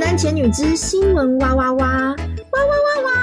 单前女之新闻哇哇哇哇哇哇哇！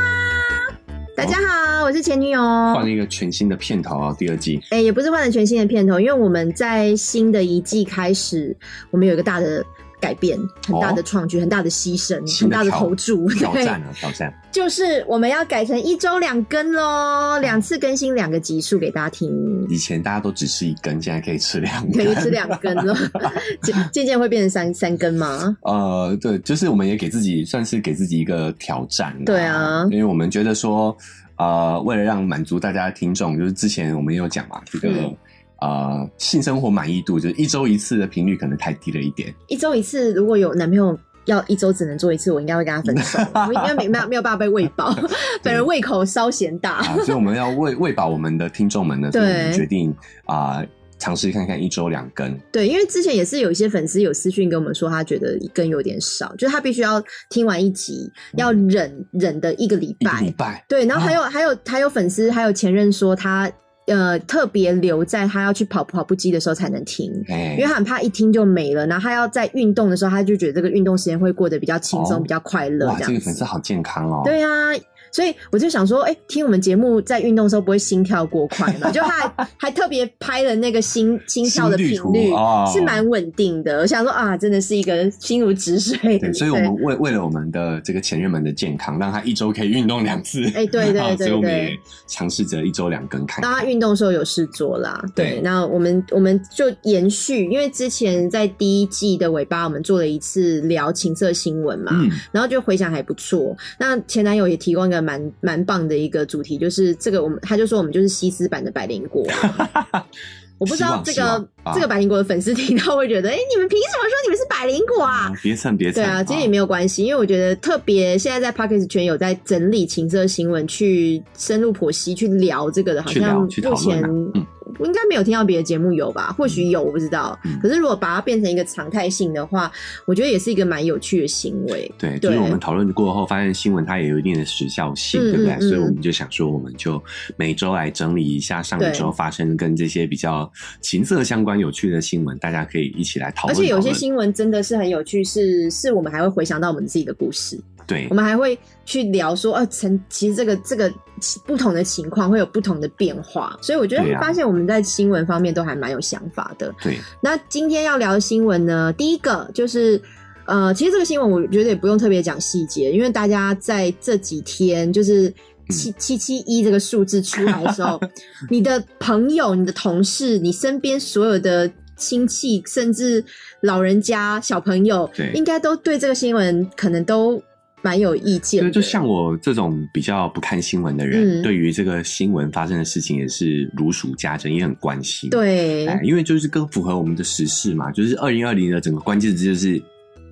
大家好，我是前女友。换了一个全新的片头啊，第二季哎、也不是换了全新的片头，因为我们在新的一季开始，我们有一个大的改变，很大的哦创举，很大的牺牲，很新的大的挑投注，挑对，战啊，挑战。就是我们要改成一周两更喽，两次更新两个集数给大家 听。以前大家都只吃一根，现在可以吃两可根。以吃两根了， 渐渐渐会变成三三根吗？呃，对，就是我们也给自己算是给自己一个挑战、对啊因为我们觉得说，呃，为了让满足大家的听众，就是之前我们也有讲嘛，这个、嗯呃性生活满意度，就是一周一次的频率可能太低了一点。一周一次，如果有男朋友要一周只能做一次，我应该会跟他分 手，我应该没没有没有办法被喂饱，本人胃口稍嫌大。 啊，所以我们要喂喂饱我们的听众们呢，所以我们对决定啊、尝试看看一周两更。对，因为之前也是有一些粉丝有私讯跟我们说，他觉得一根有点少，就是他必须要听完一集，要嗯忍忍的一个礼一个拜礼。拜， 对，然后还有、嗯还有还有粉丝还有前任说他呃特别留在他要去跑跑步机的时候才能听。哎、因为他很怕一听就没了，然后他要在运动的时候，他就觉得这个运动时间会过得比较轻松、哦比较快乐哇，这这样个子粉丝。好健康哦。对啊，所以我就想说，哎、听我们节目在运动的时候不会心跳过快 嘛？就他还还特别拍了那个心心跳的频心率率图哦是蛮稳定的。我想说啊，真的是一个心如止水。对，所以我们为为了我们的这个前任们的健康，让他一周可以运动两次。哎对 对啊所对以我们对也尝试着一周两更看当他看。运动的时候有事做啦，对，对那我们我们就延续，因为之前在第一季的尾巴，我们做了一次聊情色新闻嘛，嗯，然后就回想还不错。那前男友也提供一个蛮蛮棒的一个主题，就是这个我们他就说我们就是西施版的百灵 果。我不知道这希个望希望啊这个百灵果的粉丝听到会觉得，哎、你们凭什么说你们是百灵果啊嗯？别蹭别对蹭。啊，其实也没有关系，因为我觉得特别现在在 p o c k e t 圈有在整理情色新闻，去深入剖析、去聊这个的，好去聊像去目讨论前啊嗯应该没有听到别的节目有吧？或许有，我不知道嗯。可是如果把它变成一个常态性的话，我觉得也是一个蛮有趣的行为。对，就是对我们讨论过后，发现新闻它也有一定的时效性，嗯对不对？嗯嗯所以我们就想说，我们就每周来整理一下上对一周发生跟这些比较情色相关有趣的新闻，大家可以一起来讨而论。且有些讨论新闻真的是很有趣，是是我们还会回想到我们自己的故事，对我，们还会去聊说，呃，曾其实这个这个其不同的情况会有不同的变化，所以我觉得对啊发现我们在新闻方面都还蛮有想法的。对，那今天要聊的新闻呢，第一个就是。呃，其实这个新闻我觉得也不用特别讲细节，因为大家在这几天嗯就是七七七一这个数字出来的时 候，你的朋友、你的同事、你身边所有的亲戚，甚至老人家、小朋友对，应该都对这个新闻可能都蛮有意见对，的。就像我这种比较不看新闻的人，嗯对于这个新闻发生的事情也是如数家珍，也很关心。对哎，因为就是更符合我们的时事嘛，就是二零二零的整个关键字就是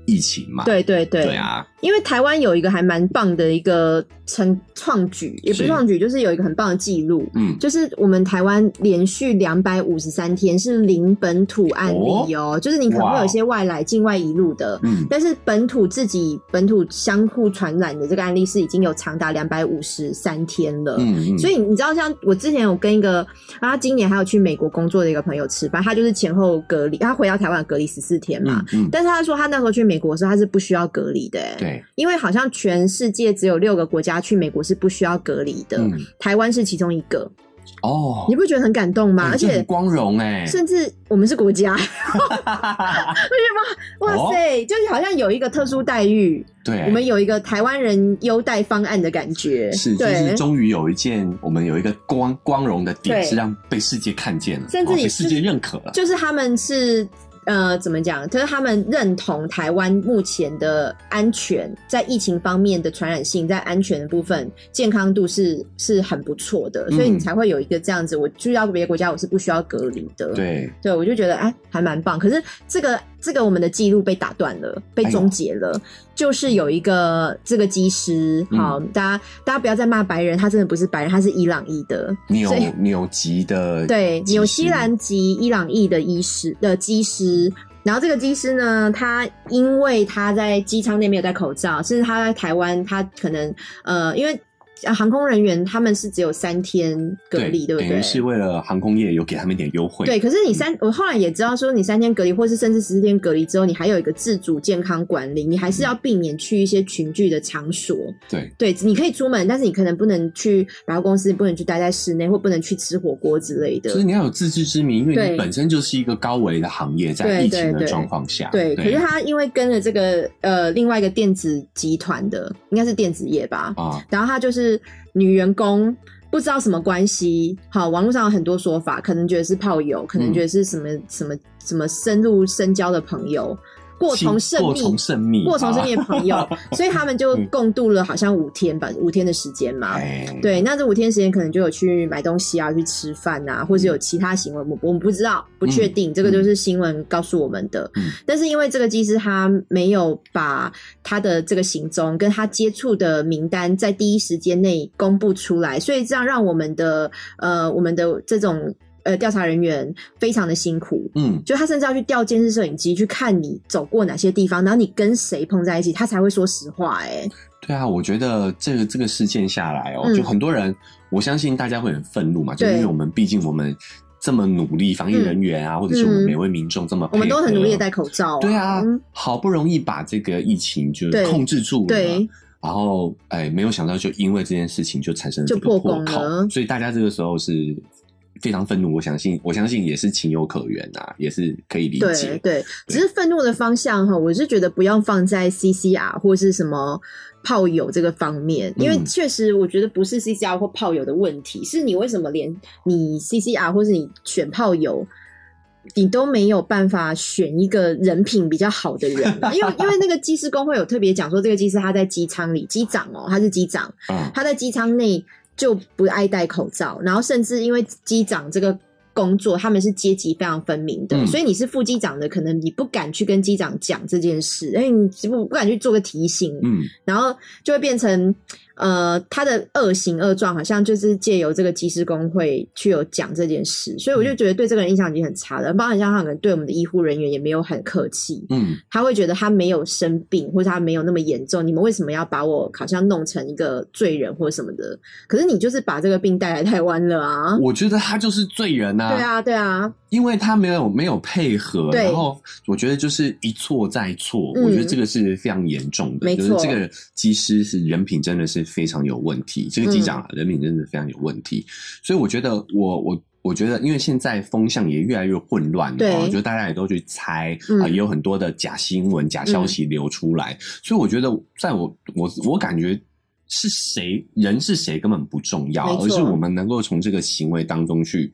疫情嘛。对对对，对啊，因为台湾有一个还蛮棒的一个成创举，也不是是创举，就是有一个很棒的记录，嗯，就是我们台湾连续两百五十三天是零本土案例哦，就是你可能会有一些外来、境外移入的。嗯，但是本土自己本土相互传染的这个案例是已经有长达两百五十三天了，嗯嗯，所以以你知道，像我之前有跟一个啊，他今年还有去美国工作的一个朋友吃饭，他就是前后隔离，他回到台湾隔离十四天嘛，嗯嗯，但是他说他那时候去美国的时候他是不需要隔离的、欸，，对，因为好像全世界只有六个国家去美国是不需要隔离的，嗯，台湾是其中一个，哦，你不觉得很感动吗？哎而这很且光荣哎，甚至我们是国 家，为什么？哇塞，就是好像有一个特殊待遇，哦对，我们有一个台湾人优待方案的感觉，是就对是。终于有一件我们有一个光光荣的点对是让被世界看见了，甚至哦你被是世界认可了。就是他们是呃怎么讲？就是他们认同台湾目前的安全，在疫情方面的传染性，在安全的部分健康度是是很不错的，嗯所以你才会有一个这样子。我去到别的国家，我是不需要隔离的。。对，对，我就觉得哎，还蛮棒。可是这个这个我们的记录被打断了，被哎呦终结了。就是有一个这个机师，嗯好、大家大家不要再骂白人，他真的不是白人，他是伊朗裔的，纽所以纽吉的对，机纽西师兰籍伊朗裔的医师的机师。然后这个机师呢，他因为他在机舱内没有戴口罩，甚至他在台湾，他可能呃，因为啊航空人员他们是只有三天隔离，对不等对于？是为了航空业有给他们一点优惠。对，可是你三，我后来也知道说，你三天隔离，或是甚至十四天隔离之后，你还有一个自主健康管理，你还是要避免去一些群聚的场所。对对，你可以出门，但是你可能不能去百货公司，不能去待在室内，或不能去吃火锅之类的就是。你要有自知之明，因为对你本身就是一个高危的行业，在对疫情对的对状况下，对，可是他因为跟了这个呃另外一个电子集团的，应该是电子业吧，啊，然后他就是女员工，不知道什么关系。好，网络上有很多说法，可能觉得是炮友，可能觉得是什么、什么什么深入深交的朋友，过从甚过密。从甚密，啊过从甚啊密的朋友， 所以他们就嗯共度了好像五天吧，五天的时间嘛。哎，对，那这五天时间可能就有去买东西啊，去吃饭啊，或者嗯有其他行为，我我们不知道，不确定，这个就是新闻告诉我们的。嗯但是因为这个技师他没有把他的这个行踪跟他接触的名单在第一时间内公布出来，所以这样让我们的呃我们的这种呃调查人员非常的辛苦。嗯，就他甚至要去调监视摄影机去看你走过哪些地方，然后你跟谁碰在一起，他才会说实话、欸。对啊，我觉得这个这个事件下来哦，嗯就很多人，我相信大家会很愤怒嘛，就是对因为我们毕竟我们这么努力，防疫人员啊，或者是我们每位民众这么，嗯我们都很努力的戴。口罩、哦对啊嗯，好不容易把这个疫情就对控制住了，对。然后，哎，没有想到就因为这件事情就产生了就这个破破功口，了所以大家这个时候是非常愤怒。我相信，我 相信也是情有可原啊，也是可以理对解。对，只是愤怒的方向哈，我是觉得不要放在 CCR 或是什么炮友这个方面，因为嗯确实我觉得不是 CCR 或炮友的问题，是你为什么连你 CCR 或是你选炮友。你都没有办法选一个人品比较好的 人啊，因为因为那个技师工会有特别讲说，这个技师他在机舱里，机长哦，他是机长，嗯，他在机舱内就不爱戴口罩，然后甚至因为机长这个工作，他们是阶级非常分明的，嗯所以你是副机长的，可能你不敢去跟机长讲这件事，因为你不不敢去做个提醒，嗯，然后就会变成呃他的恶行恶状，好像就是借由这个机师工会去有讲这件事，所以我就觉得对这个人印象已经很差了，包含像他可能对我们的医护人员也没有很客气，嗯，他会觉得他没有生病，或者他没有那么严重，你们为什么要把我好像弄成一个罪人或什么的？可是你就是把这个病带来台湾了啊！我觉得他就是罪人对啊，对啊，因为他没有没有配合，对然后我觉得就是一错再错，嗯我觉得这个是非常严重的，没就错是这个机师是人品真的是非常有问嗯题，这个机长啊、人品真的非常有问题，所以我觉得我我。我觉得，因为现在风向也越来越混乱了对哦，我觉得大家也都去猜啊、嗯也有很多的假新闻、假消息流出来，所以我觉得，在我我我感觉是谁人是谁根本不重要，没错而是我们能够从这个行为当中去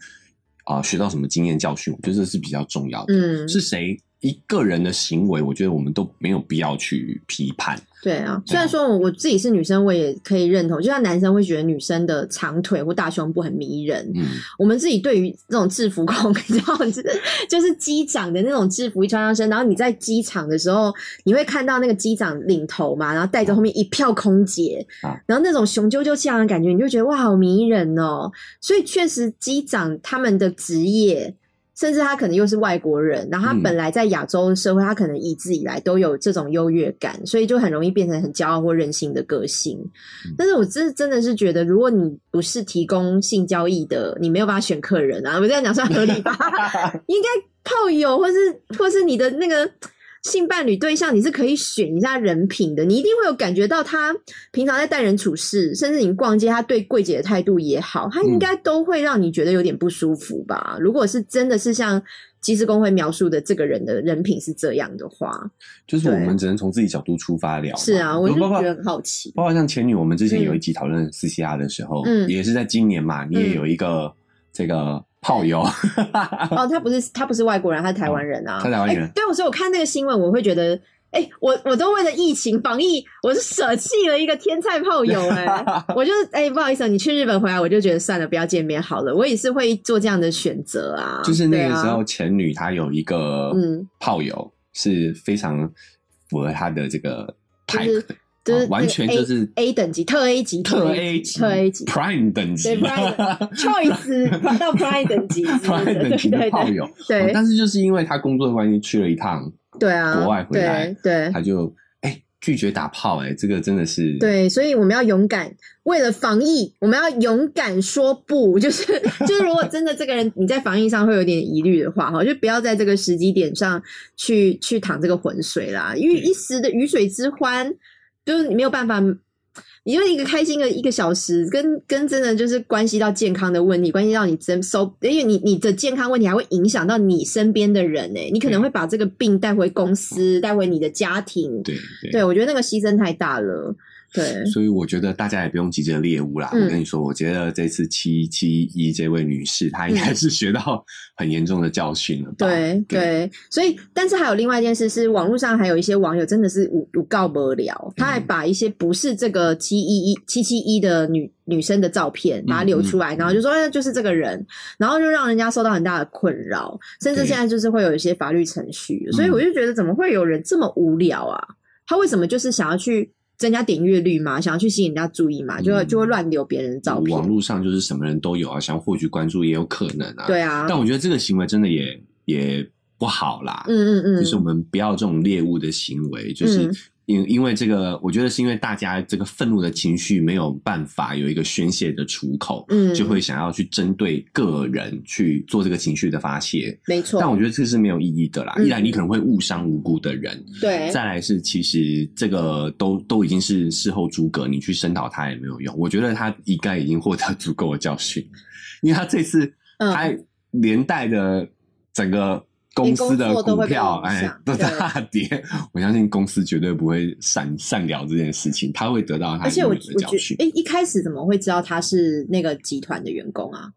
啊、学到什么经验教训，我觉得这是比较重要的。嗯，是谁一个人的行为，我觉得我们都没有必要去批判。对啊。虽然说我我自己是女生，我也可以认同，就像男生会觉得女生的长腿或大胸部很迷人，嗯，我们自己对于这种制服控， 你知道，就是就是机长的那种制服一穿上身，然后你在机场的时候，你会看到那个机长领头嘛，然后带着后面一票空姐，啊然后那种雄赳赳气昂的感觉，你就觉得哇，好迷人哦。所以确实，机长他们的职业。甚至他可能又是外国人，然后他嗯本来在亚洲社会，他可能一直以来都有这种优越感，所以就很容易变成很骄傲或任性的个性。嗯但是我真真的是觉得，如果你不是提供性交易的，你没有办法选客人啊。我这样讲算合 理吧？应该炮友或是或是你的那个性伴侣对象，你是可以选一下人品的。你一定会有感觉到他平常在待人处事，甚至你逛街他对柜姐的态度也好，他应该都会让你觉得有点不舒服吧？如果是真的是像技师工会描述的这个人的人品是这样的话，就是我对们只能从自己角度出发聊嘛。是啊，我就包括觉得很好奇。包括像前女，我们之前嗯有一集讨论 CCR 的时候，嗯也是在今年嘛，你也有一个、这个炮友，哦，他不是他不是外国人，他是台湾人啊。哦他台湾人哎对，我说我看那个新闻，我会觉得，哎、我我都为了疫情防疫，我是舍弃了一个天菜炮友、 哎，我就是哎、不好意思，你去日本回来，我就觉得算了，不要见面好了。我也是会做这样的选择啊。 就是那个对啊时候前女她有一个 嗯炮友是非常符合她的这个就是 type 就的。是那啊个完全就是 A 等级特 A 级特 A A 级、特 A 级 Prime 等级对 Prime choice 到 Prime 等级 Prime 等级的炮对友。哦对对但是就是因为他工作的关系去了一趟对啊，国外回来对对他就哎、拒绝打炮、欸，哎，这个真的是对，所以我们要勇敢，为了防疫，我们要勇敢说不。 就是就是，如果真的这个人你在防疫上会有点疑虑的话，哈，就不要在这个时机点上去去淌这个浑水啦，因为一时的鱼水之欢，就是你没有办法。你就一个开心的一个小时，跟跟真的就是关系到健康的问题，关系到你真收，因为你你的健康问题还会影响到你身边的人呢、你可能会把这个病带回公司，带回你的家庭。对对对，我觉得那个牺牲太大了。对，所以我觉得大家也不用急着猎物啦。嗯我跟你说，我觉得这次七七一这位女士，她应该是学到很严重的教训了吧？嗯对对，所以但是还有另外一件事是，网络上还有一些网友真的是无无告不了，他还嗯把一些不是这个七一一七七一的女女生的照片把它流出来，嗯嗯然后就说、哎、就是这个人，然后就让人家受到很大的困扰，甚至对嗯现在就是会有一些法律程序，所以我就觉得怎么会有人这么无聊啊？他为什么就是想要去增加点阅率嘛，想要去吸引人家注意嘛，就会嗯就会乱留别人的照片网，络上就是什么人都有啊，想获取关注也有可能啊。，对啊，但我觉得这个行为真的也也不好啦。嗯嗯嗯，就是我们不要这种猎物的行为，就是嗯因因为这个，我觉得是因为大家这个愤怒的情绪没有办法有一个宣泄的出口，嗯就会想要去针对个人去做这个情绪的发泄。没错，但我觉得这是没有意义的啦，嗯一来你可能会误伤无辜的人，对。再来是其实这个都都已经是事后诸葛，你去声讨他也没有用。我觉得他应该已经获得足够的教训，因为他这次嗯他连带的整个。公司的连工作都股会被票影哎响都对大跌，我相信公司绝对不会善善了这件事情，他会得到他而且应我有我的教觉训得，。哎、一开始怎么会知道他是那个集团的员工啊？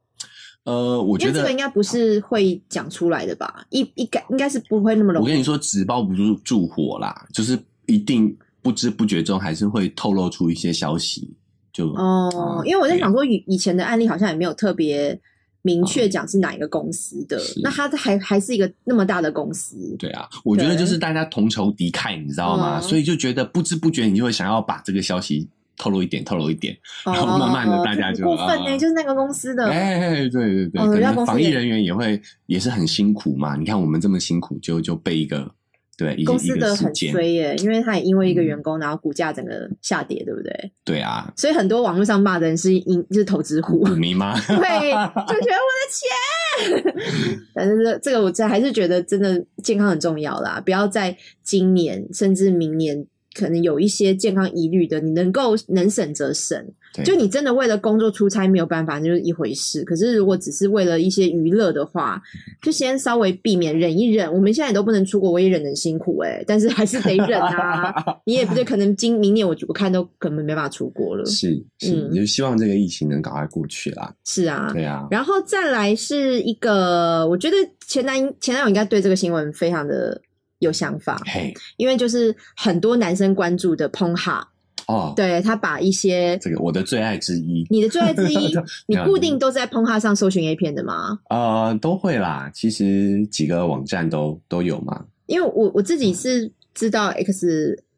呃，我因觉为这得个应该不是会讲出来的吧？一一该应该是不会那么我容易。跟你说，纸包不住住火啦，就是一定不知不觉中还是会透露出一些消息，就啊哦，因为我在想说，以以前的案例好像也没有特别明确讲是哪一个公司的，啊是那他还还是一个那么大的公司，对啊，我觉得对就是大家同仇敌忾，你知道吗？嗯所以就觉得不知不觉你就会想要把这个消息透露一点，透露一点。哦 然后慢慢地大家就这很过分呢、欸啊就是那个公司的，哎、对对对，哦嗯可人家能公司防疫也人员也会也是很辛苦嘛。你看我们这么辛苦，就就被一个对一公一司个的事很件，嗯衰耶、因为他也因为一个员工，然后股价整个下跌，对不对？对啊，所以很多网络上骂的人是因就是投资户。股 民吗？对，就觉得我的钱。 反正这这个，我这还是觉得真的健康很重要啦，不要在今年甚至明年可能有一些健康疑虑的，你能够能省则省。对就你真的为了工作出差没有办法，那就是一回事。可是如果只是为了一些娱乐的话，就先稍微避免忍一忍。我们现在也都不能出国，我也忍得很辛苦哎、但是还是得忍啊。你也不对，可能今明年我我看都根本没办法出国 了。是是，嗯你就希望这个疫情能赶快过去啦。是啊，对啊，然后再来是一个，我觉得前男前男友应该对这个新闻非常的有想法，嘿，因为就是很多男生关注的 p o n h a 哦，对他把一些这个我的最爱之一。你的最爱之一 这，你没有固定都在 p o n h a 上搜寻 A 片的吗？呃，都会啦，其实几个网站都都有嘛。因为我我自己是知道 X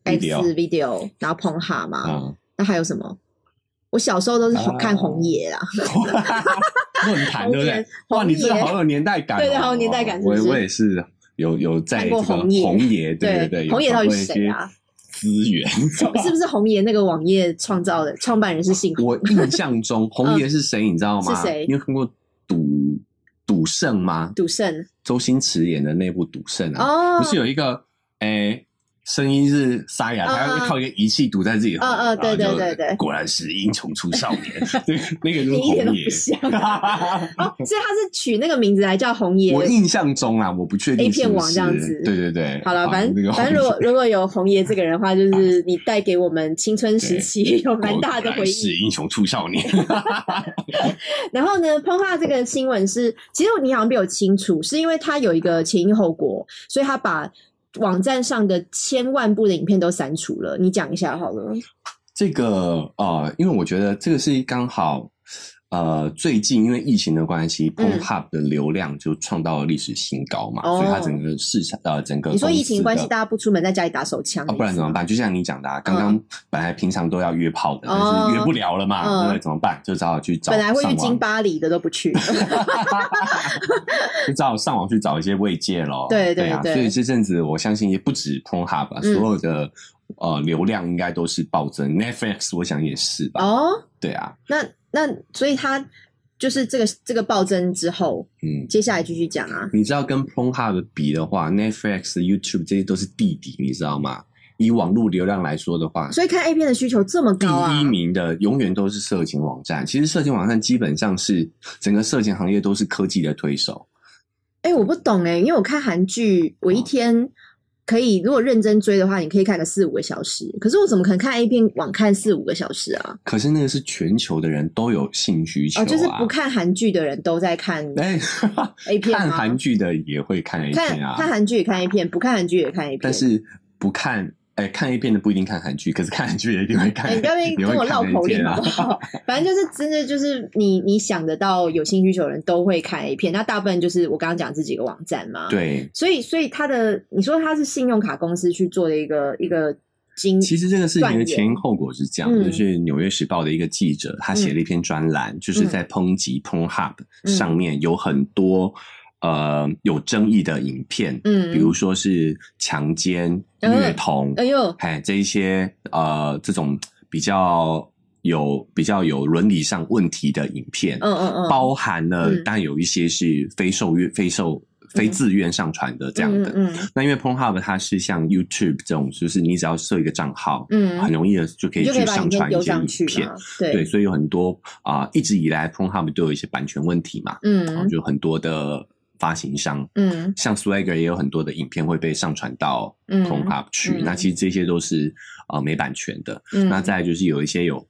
X 嗯 Video Video，然后 p o n h a 嘛，啊、那还有什么？我小时候都是红看啊红爷啦，论坛对不对？哇，红你爷这好有年代感哦、对对好有年代感我是不是我也是有有在看这个过红叶红爷，对对，有红爷到底是找过谁一些啊？资源，是不是红爷那个网页创造的创办人是姓红？ 我印象中红爷是谁，你知道吗？嗯是谁你有看过赌赌圣吗？赌圣周星驰演的那部赌圣啊，哦，不是有一个诶、声音是沙哑，嗯他要靠一个仪器堵在自己的喉咙嗯嗯对对然后就对对果然是英雄出少 年，对，那个就是你一点都红不爷。像。 哦，所以他是取那个名字来叫红爷。我印象中啊，我不确定 A 片是不王这样是子对对对。好了，啊反那个正反正如 果如果有红爷这个人的话，就是你带给我们青春时期有 蛮大的回果然是忆。英雄出少年， 然后呢，碰到这个新闻是，其实你好像比我清楚，是因为他有一个前因后果，所以他把网站上的千万部的影片都删除了。你讲一下好了。这个呃，因为我觉得这个是刚好呃，最近因为疫情的关系、p o 嗯 n h u b 的流量就创到了历史新高嘛，哦所以它整个市场呃，整个你说疫公司情的关系，大家不出门，在家里打手枪啊，，不然怎么？办？就像你讲的、啊，刚刚本来平常都要约炮的，但哦是约不了了嘛，嗯对不对？怎么办？就只好去找本来会去上金网，巴黎的都不 去。就只好上网去找一些慰藉喽。对对对啊对啊所以这阵子我相信也不止 p o n h u b 嗯所有的呃流量应该都是暴增，Netflix 我想也是吧。哦，对啊，那那所以它就是这个这个暴增之后，嗯，接下来继续讲啊。你知道跟 Pornhub 比的话，Netflix、YouTube 这些都是弟弟，你知道吗？以网络流量来说的话，所以看 A 片的需求这么第高啊一，名的永远都是色情网站。其实色情网站基本上是整个色情行业都是科技的推手。哎、我不懂哎、因为我看韩剧，我一哦天可以如果认真追的话，你可以看个四五个小时，可是我怎么可能看 A 片网看四五个小时啊？可是那个是全球的人都有性需求啊，哦，就是不看韩剧的人都在看哎， A 片看吗？韩剧的也会看 A 看片啊，看韩剧也看 A 片，不看韩剧也看 A 片。但是不看。哎、看 A 片的不一定看韩剧，可是看韩剧的一定会看。哎、你不要在那 也边会跟我看绕 A 口片令啊好不好？反正就是真的就是你你想得到有性需求的人都会看 A 片，那大部分就是我刚刚讲这几个网站嘛。。 对，所以，所以他的你说他是信用卡公司去做的一个一个经，其实这个事情断的言前因后果是这样，嗯就是《纽约时报》的一个记者，他写了一篇专栏，就是在抨击 Pornhub 嗯上面有很多、呃有争议的影片，嗯，比如说是强奸、嗯虐童，哎呦，哎，这一些呃这种比较有比较有伦理上问题的影片，嗯嗯嗯，包含了嗯当然有一些是非受愿、非受、非自愿上传的这样的。嗯嗯那因为 Pornhub 它是像 YouTube 这种，就是你只要设一个账号，嗯，很容易的就可你以就可去以把上影片传丢一些上去影片嘛。，对对，所以有很多啊、一直以来 Pornhub 都有一些版权问题嘛，然后嗯就有很多的发行商，嗯像 Swagger 也有很多的影片会被上传到嗯 Pornhub 去。嗯那其实这些都是啊、呃没版权的。嗯，那再来就是有一些有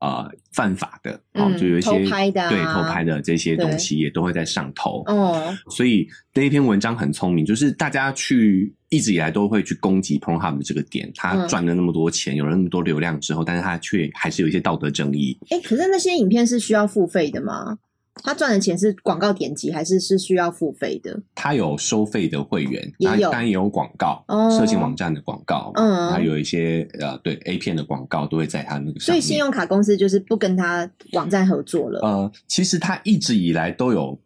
呃犯法的哦，嗯就有一些偷拍的啊对偷拍的这些对东西也都会在上头。哦，所以那一篇文章很聪明，就是大家去一直以来都会去攻击 Pornhub 这个点，他嗯赚了那么多钱，有了那么多流量之后，但是他却还是有一些道德争议。哎、可是那些影片是需要付费的吗？他赚的钱是广告点击，还是是需要付费的？他有收费的会员，也那有当然也有广告，哦色情网站的广告，嗯还有一些呃对 A 片的广告都会在他那个上所以面。信用卡公司就是不跟他网站合作了。呃，其实他一直以来都有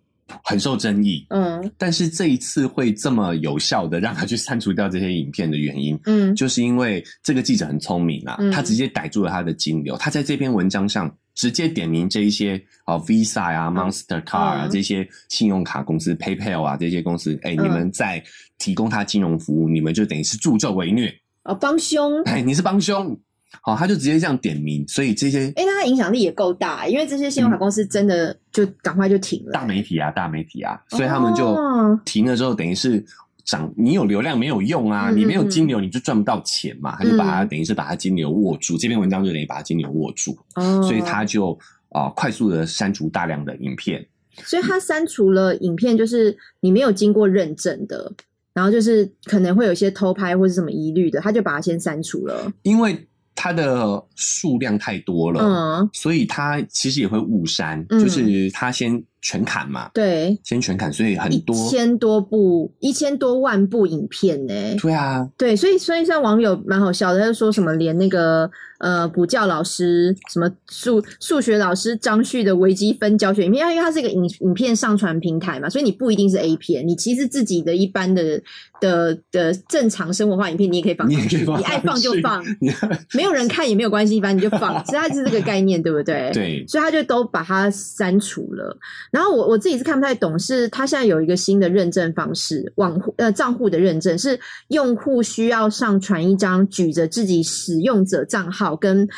很受争议，嗯但是这一次会这么有效的让他去删除掉这些影片的原因，嗯就是因为这个记者很聪明啊嗯，他直接逮住了他的金流，他在这篇文章上直接点名这一些啊 Visa 啊、Mastercard 啊、嗯这些信用卡公司、PayPal 啊这些公司，哎、嗯你们在提供他金融服务，你们就等于是助纣为虐， 哦，帮凶。哎，你是帮凶，好、他就直接这样点名，所以这些哎、那他影响力也够大、因为这些信用卡公司真的就赶快就停了、嗯大媒体啊、大媒体啊，所以他们就哦停了之后，等于是涨，你有流量没有用啊，嗯你没有金流你就赚不到钱嘛，他就把它嗯等于是把它金流握住，这篇文章就等于把它金流握住，哦，所以他就啊、呃快速的删除大量的影片，所以他删除了影片，就是你没有经过认证的，然后就是可能会有一些偷拍或是什么疑虑的，他就把它先删除了。因为它的数量太多了，嗯，所以它其实也会误删，嗯就是它先全砍嘛，对，先全砍，所以很一多。千多部、一千多万部影片呢、对啊，对，所以所以像网友蛮好笑的，他就说什么连那个呃补教老师、什么数数学老师张旭的微积分教学影片，因为它是一个影影片上传平台嘛，所以你不一定是 A 片，你其实自己的一般的的的正常生活化影片，你也可以放你上也可去，以放你爱放就上去放，你没有人看也没有关系，反正你就放，所以它就是这个概念，对不对？。 对，所以他就都把它删除了。然后我我自己是看不太懂，是他现在有一个新的认证方式，网户呃账户的认证是用户需要上传一张举着自己使用者账号跟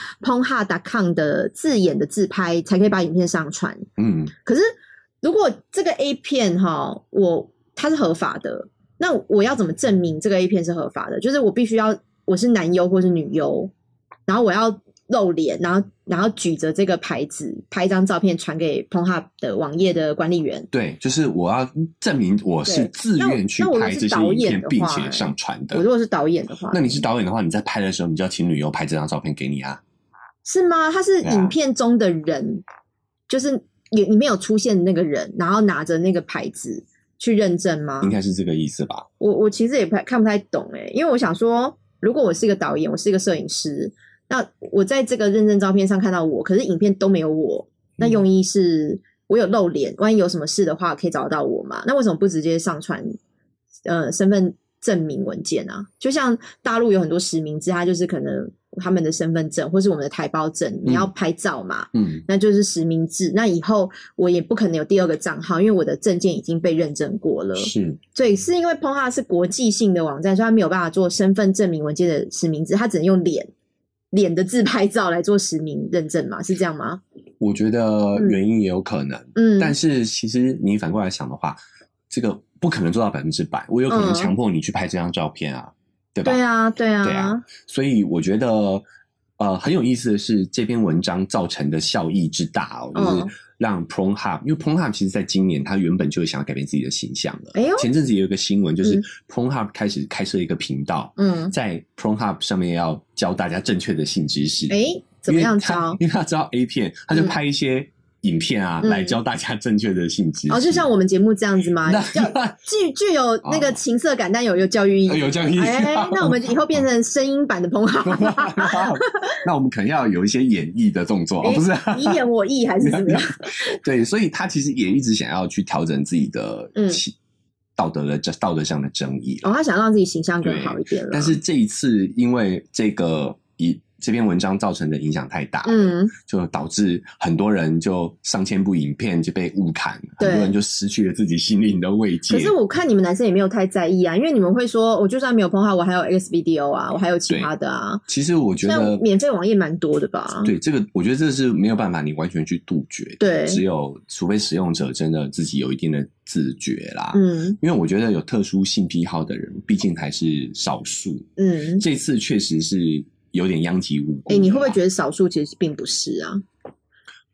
ponha.com 的字眼的自拍，才可以把影片上传。嗯，可是如果这个 A 片哈，我它是合法的，那我要怎么证明这个 A 片是合法的？就是我必须要我是男优或是女优，然后我要露脸，然后然后举着这个牌子拍一张照片传给 Pornhub 的网页的管理员。对，就是我要证明我是对自那我愿去那我如果拍是这些导影演片，的并话且上传的。我如果是导演的话，那你是导演的话，你在拍的时候，你就要请女优拍这张照片给你啊。是吗？他是对啊影片中的人，就是也里面有出现的那个人，然后拿着那个牌子去认证吗？应该是这个意思吧？我我其实也不太看不太懂哎、因为我想说，如果我是一个导演，我是一个摄影师，那我在这个认证照片上看到我，可是影片都没有我，那用意是我有露脸，万一有什么事的话，可以找得到我嘛？那为什么不直接上传呃身份证明文件啊，就像大陆有很多实名制，它就是可能他们的身份证或是我们的台胞证，你要拍照嘛，嗯，那就是实名制。那以后我也不可能有第二个账号，因为我的证件已经被认证过了。嗯是，所以是因为 p o n h u 是国际性的网站，所以它没有办法做身份证明文件的实名制，它只能用脸脸的自拍照来做实名认证嘛？是这样吗？我觉得原因也有可能，嗯，但是其实你反过来想的话，这个不可能做到百分之百，我有可能嗯强迫你去拍这张照片啊，对吧？对啊，对啊，对啊所以我觉得，呃，很有意思的是这篇文章造成的效益之大哦，嗯就是让 Pornhub，因为 Pornhub 其实在今年它原本就想要改变自己的形象了。哎呦前阵子也有一个新闻，就是嗯 Pornhub 开始开设一个频道，嗯，在 Pornhub 上面要教大家正确的性知识。哎，怎么样教因为他？因为他知道 A 片，他就嗯拍一些影片啊，嗯来教大家正确的性知识。哦，就像我们节目这样子吗？那 哦要具具有那个情色感，但有有教育意义。有教育意义哎，那我们以后变成声音版的彭浩， 那我们可能要有一些演绎的动作， 哦、哎不是、你演我意还是怎么 样？对，所以他其实也一直想要去调整自己的嗯其道德的道德上的争议啦哦，他想让自己形象更好一点了。但是，这一次因为这个以这篇文章造成的影响太大，，嗯，就导致很多人就上千部影片就被误砍，对很多人就失去了自己心灵的慰藉。可是我看你们男生也没有太在意啊，因为你们会说，我就算没有彭浩，我还有 XBDO 啊，我还有其他的啊。其实我觉虽然得，免费网页蛮多的吧？对这个，我觉得这是没有办法你完全去杜绝的，对只有除非使用者真的自己有一定的自觉啦。嗯因为我觉得有特殊性癖好的人，毕竟还是少数，嗯。这次确实是有点殃及无辜的哎、啦。你会不会觉得少数其实并不是啊？嗯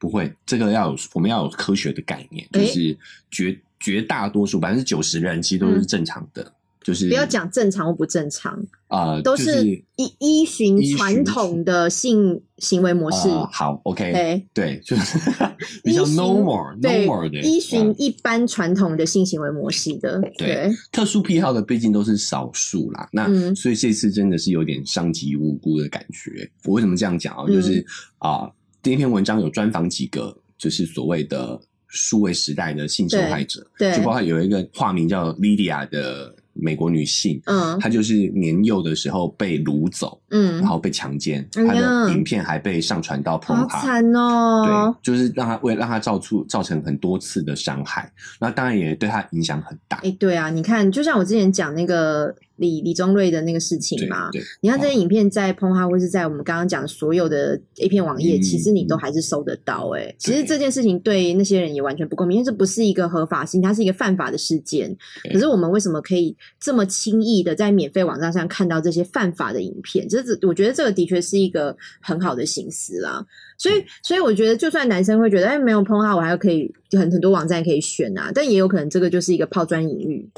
不会？这个要有我们要有科学的概念，就诶是绝、绝大多数百分之九十人其实都是嗯正常的，就是不要讲正常或不正常，呃，都就是依依循依循传统的性行为模式。呃好，OK，对，对，就是 比依较循 normal 对 normal 的依循嗯一般传统的性行为模式的，对，特殊癖好的，毕竟都是少数啦。那、嗯所以这次真的是有点伤及无辜的感觉。我为什么这样讲啊？嗯就是啊、第一篇文章有专访几个，就是所谓的数位时代的性受害者，对对就包括有一个化名叫 Lydia 的美国女性，嗯她就是年幼的时候被掳走，嗯然，后被强奸，哎呀她的影片还被上传到 p o r 好 n h u 惨哦，对，就是让她为让她造出造成很多次的伤害，那当然也对她影响很大。哎，对啊，你看，就像我之前讲那个李李宗瑞的那个事情对哦嘛，对，你看这些影片在碰哈，或是在我们刚刚讲所有的 A 片网页，嗯其实你都还是搜得到、欸。哎，其实对这件事情对那些人也完全不公平，因为这不是一个合法性，它是一个犯法的事件。对可是我们为什么可以这么轻易的在免费网站上看到这些犯法的影片？这是我觉得这个的确是一个很好的形式啦。所嗯以，所以我觉得，就算男生会觉得，哎，没有碰哈，我还可以很很多网站可以选啊，但也有可能这个就是一个抛砖引玉，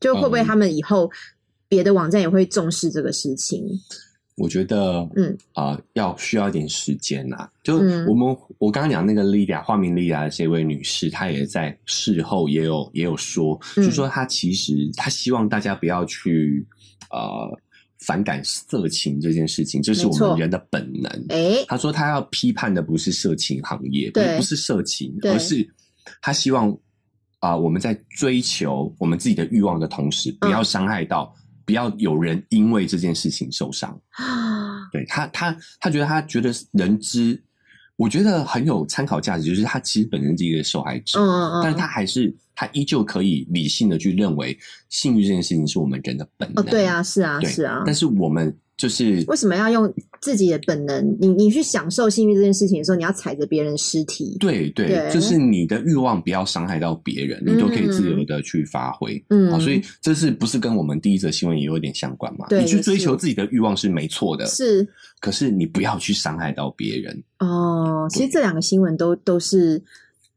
就会不会嗯他们以后别的网站也会重视这个事情？我觉得，嗯啊、要需要一点时间啦。就嗯我们、我刚刚讲那个莉迪亚，化名莉迪亚的这位女士，她也在事后也有也有说，嗯就说她其实她希望大家不要去呃反感色情这件事情，这是我没们错人的本能。哎，她说她要批判的不是色情行业，不对不是色情，对而是她希望啊、我们在追求我们自己的欲望的同时，嗯不要伤害到。不要有人因为这件事情受伤，啊，对他，他他觉得他觉得人知，我觉得很有参考价值，就是他其实本身是一个受害嗯者，嗯，但是他还是他依旧可以理性的去认为性欲这件事情是我们人的本哦，能。对啊，是啊，对，是啊。但是我们就是为什么要用自己的本能？你你去享受性欲这件事情的时候，你要踩着别人尸体。对对，对就是你的欲望不要伤害到别人，你都可以自由的去发挥。嗯哦好，所以这是不是跟我们第一则新闻也有点相关嘛？对你去也追是求自己的欲望是没错的，是可是你不要去伤害到别人。哦，其实这两个新闻都都是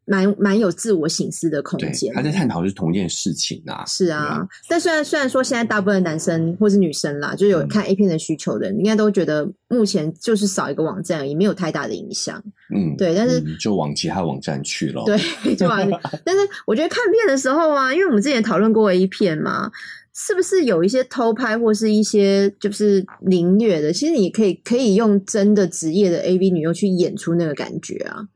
蛮蛮有自我省思的空对，间他。在探讨是同一件事情啊。是对啊，但虽然虽然说现在大部分的男生或是女生啦，就是有嗯看 A 片的需求的人，应该都觉得目前就是少一个网站而已，没有太大的影响。嗯，对但是嗯哦就往其他网站去了。 对，就完了。但是我觉得看片的时候啊，因为我们之前也讨论过 A 片嘛，是不是有一些偷拍或是一些就是凌虐的？其实你可以可以用真的职业的 AV 女优去演出那个感觉啊。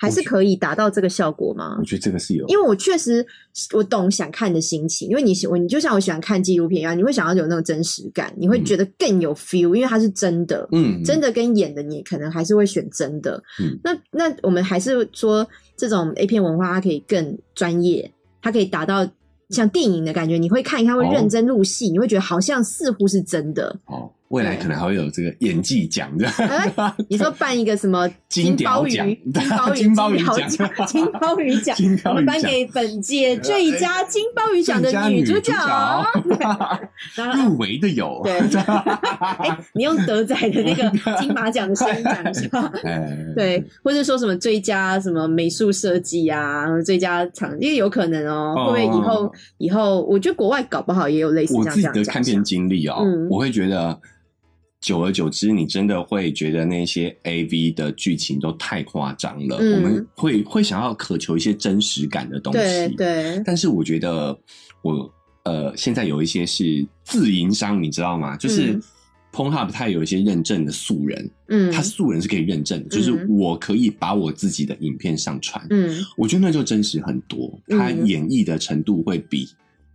还是可以达到这个效果吗？我觉得这个是有，因为我确实我懂想看的心情，因为你喜我你就像我喜欢看纪录片一样，你会想要有那种真实感，你会觉得更有 feel，、因为它是真的，嗯，真的跟演的你可能还是会选真的。嗯那那我们还是说这种 A 片文化，它可以更专业，它可以达到像电影的感觉，你会看一看，会哦认真入戏，你会觉得好像似乎是真 的。哎哦，未来可能还会有这个演技奖的，你说办一个什么金包雕鱼奖、鲍鱼、 金金包鱼鱼奖，奖、金包鱼奖金标我语们颁奖给本届最佳金包鱼奖的女主角。哦 然后，入围的有，对，哎，你用德仔的那个金马奖的声音讲一下。哎，对，或者说什么最佳什么美术设计啊，最佳场，因为有可能哦，哦会不会以后以后，我觉得国外搞不好也有类似我这样这自己样的看片经历哦，嗯我会觉得，久而久之，你真的会觉得那些 A V 的剧情都太夸张了，嗯我们会会想要渴求一些真实感的东西。对对，但是我觉得我呃，现在有一些是自营商，你知道吗？就是嗯 Pornhub 它有一些认证的素人，嗯他素人是可以认证的，就是嗯我可以把我自己的影片上传。嗯我觉得那就真实很多，嗯它演绎的程度会比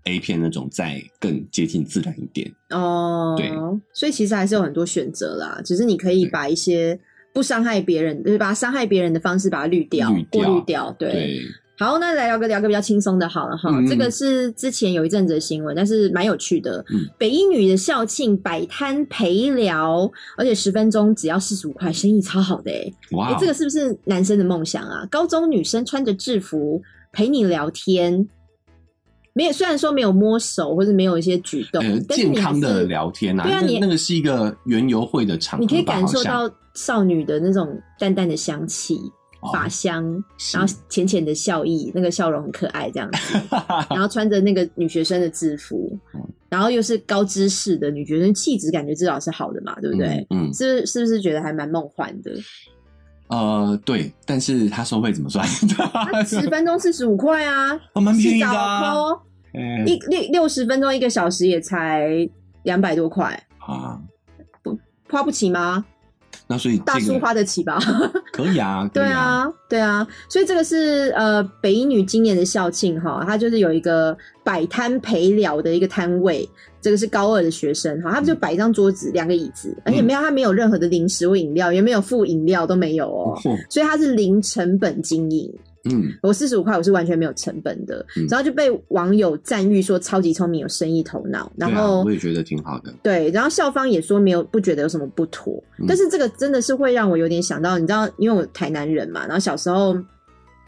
A 片那种再更接近自然一点。哦，对，所以其实还是有很多选择啦，只是你可以对把一些不伤害别人，就是把伤害别人的方式把它滤掉、滤过掉滤掉，对。对，好，那来聊个聊个比较轻松的，好了哈。嗯这个是之前有一阵子的新闻，但是蛮有趣的。嗯北一女的校庆摆摊陪聊，而且十分钟只要四十五块，生意超好的哎、欸哇、哦哎、这个是不是男生的梦想啊？高中女生穿着制服陪你聊天，没有虽然说没有摸手或者没有一些举动，呃但是健你还康是的聊天啊，对啊那你那个是一个园游会的场合吧，你可以感受好像到少女的那种淡淡的香气、发哦香，是然后浅浅的笑意，那个笑容很可爱这样 子，然后穿着那个女学生的制服嗯，然后又是高知识的女学生，气质感觉至少是好的嘛，对不对？嗯？嗯是不是是不是觉得还蛮梦幻 的？呃，对，但是他收费怎么算？ 十分钟四十五块啊，哦，蛮便洗宜澡的、啊，抠哎一六六十分钟一个小时也才两百多块，啊，花不起吗？那所以大这叔个花得起吧？可以啊，可对以，啊，对啊，所以这个是呃北一女今年的校庆哈，它就是有一个摆摊陪聊的一个摊位，这个是高二的学生嗯哈，他们就摆一张桌子、两个椅子，而且没有他没有任何的零食或饮料，也没有付饮料都没有哦，哦所以它是零成本经营。嗯，我四十五块，我是完全没有成本的，嗯然后就被网友赞誉说超级聪明，有生意头脑，然对啊后、我也觉得挺好的，对，然后校方也说没有不觉得有什么不妥，嗯但是这个真的是会让我有点想到，你知道，因为我台南人嘛，然后小时候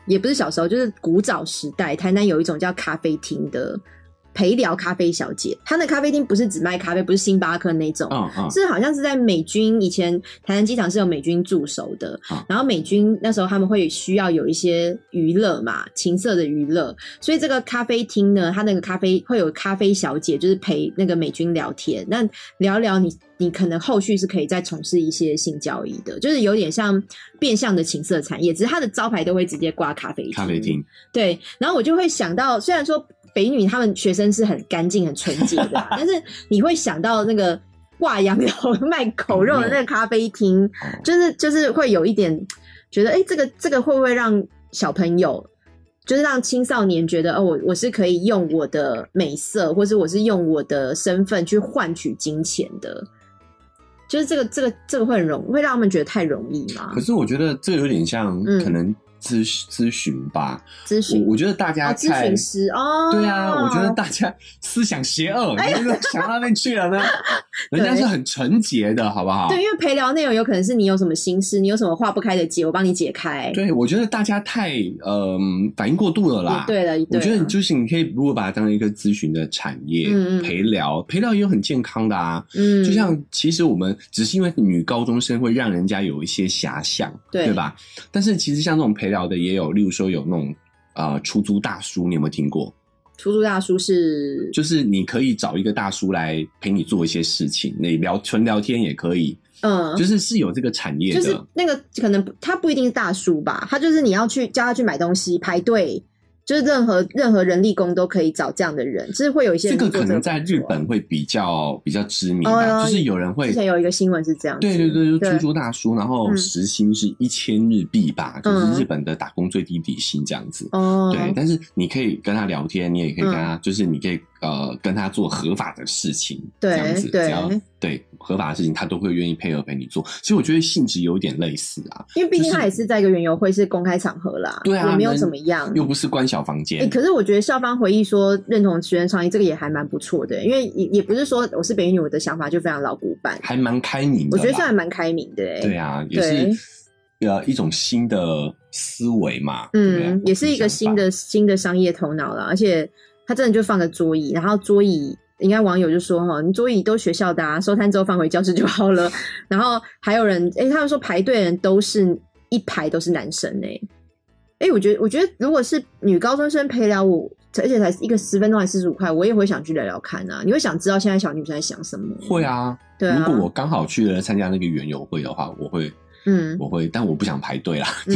也不是小时候，就是古早时代，台南有一种叫咖啡厅的陪聊咖啡小姐，她的咖啡厅不是只卖咖啡，不是星巴克那种。嗯嗯，是好像是在美军以前，台南机场是有美军驻守的，啊然后美军那时候他们会需要有一些娱乐嘛，情色的娱乐，所以这个咖啡厅呢，它那个咖啡会有咖啡小姐，就是陪那个美军聊天，那聊聊你你可能后续是可以再从事一些性交易的，就是有点像变相的情色产业，只是它的招牌都会直接挂咖啡厅，咖啡厅，对，然后我就会想到，虽然说北女他们学生是很干净、很纯洁 的啊、但是你会想到那个挂羊头 卖狗肉的那个咖啡厅，哦就是就是会有一点觉得，哎、这个这个会不会让小朋友，就是让青少年觉得，哦，我我是可以用我的美色，或是我是用我的身份去换取金钱的。就是这个这个这个会很容会让他们觉得太容易吗可？是我觉得这有点像嗯可能咨咨询吧，咨我询我觉得大家哦，咨在询师哦，对啊，我觉得大家思想邪恶，哎你怎么想到那去 了呢？人家是很纯洁的，好不好？对，因为陪聊内容有可能是你有什么心事，你有什么话不开的结，我帮你解开。对，我觉得大家太嗯反应过度了啦也。对了，也对我了觉得就是你可以如果把它当成一个咨询的产业嗯嗯陪聊，陪聊也有很健康的啊。嗯，就像其实我们只是因为女高中生会让人家有一些遐想，对吧？但是其实像这种陪聊的也有，例如说有那种呃出租大叔，你有没有听过？出租大叔是就是你可以找一个大叔来陪你做一些事情，你聊纯聊天也可以，嗯，就是是有这个产业的。就是那个可能不他不一定是大叔吧，他就是你要去叫他去买东西排队。就是任何任何人力工都可以找这样的人，就是会有一些这人个做可能工在作日本会比较比较知名哦吧，就是有人会之前有一个新闻是这样子，对对对，就对猪猪大叔，然后嗯时薪是一千日币吧，嗯就是日本的打工最低底薪这样子。哦，对，但是你可以跟他聊天，你也可以跟嗯他，就是你可以呃跟他做合法的事情，对这样子，对只要对合法的事情，他都会愿意配合陪你做。其实我觉得性质有点类似啊，因为毕竟就是他也是在一个园游会是公开场合啦，对啊，也没有能怎么样。又不是关小房哎、间，可是我觉得校方回忆说认同学员倡议，这个也还蛮不错的，因为也也不是说我是北一女，我的想法就非常老古板，还蛮开明我的啦，觉得算还蛮开明的、哎，对啊，也是呃一种新的思维嘛，对不对嗯，也是一个新。的新的商业头脑啦，而且他真的就放个桌椅，然后桌椅。应该网友就说哈，你桌椅都学校的、啊，收摊之后放回教室就好了。 然后还有人，哎、他们说排队的人都是一排都是男生哎、哎、我觉得我觉得如果是女高中生陪聊我，而且才一个十分钟还四十五块，我也会想去聊聊看啊。你会想知道现在小女生在想什么？会，啊，对啊。如果我刚好去了参加那个园游会的话，我会嗯我会，但我不想排队啦。 嗯，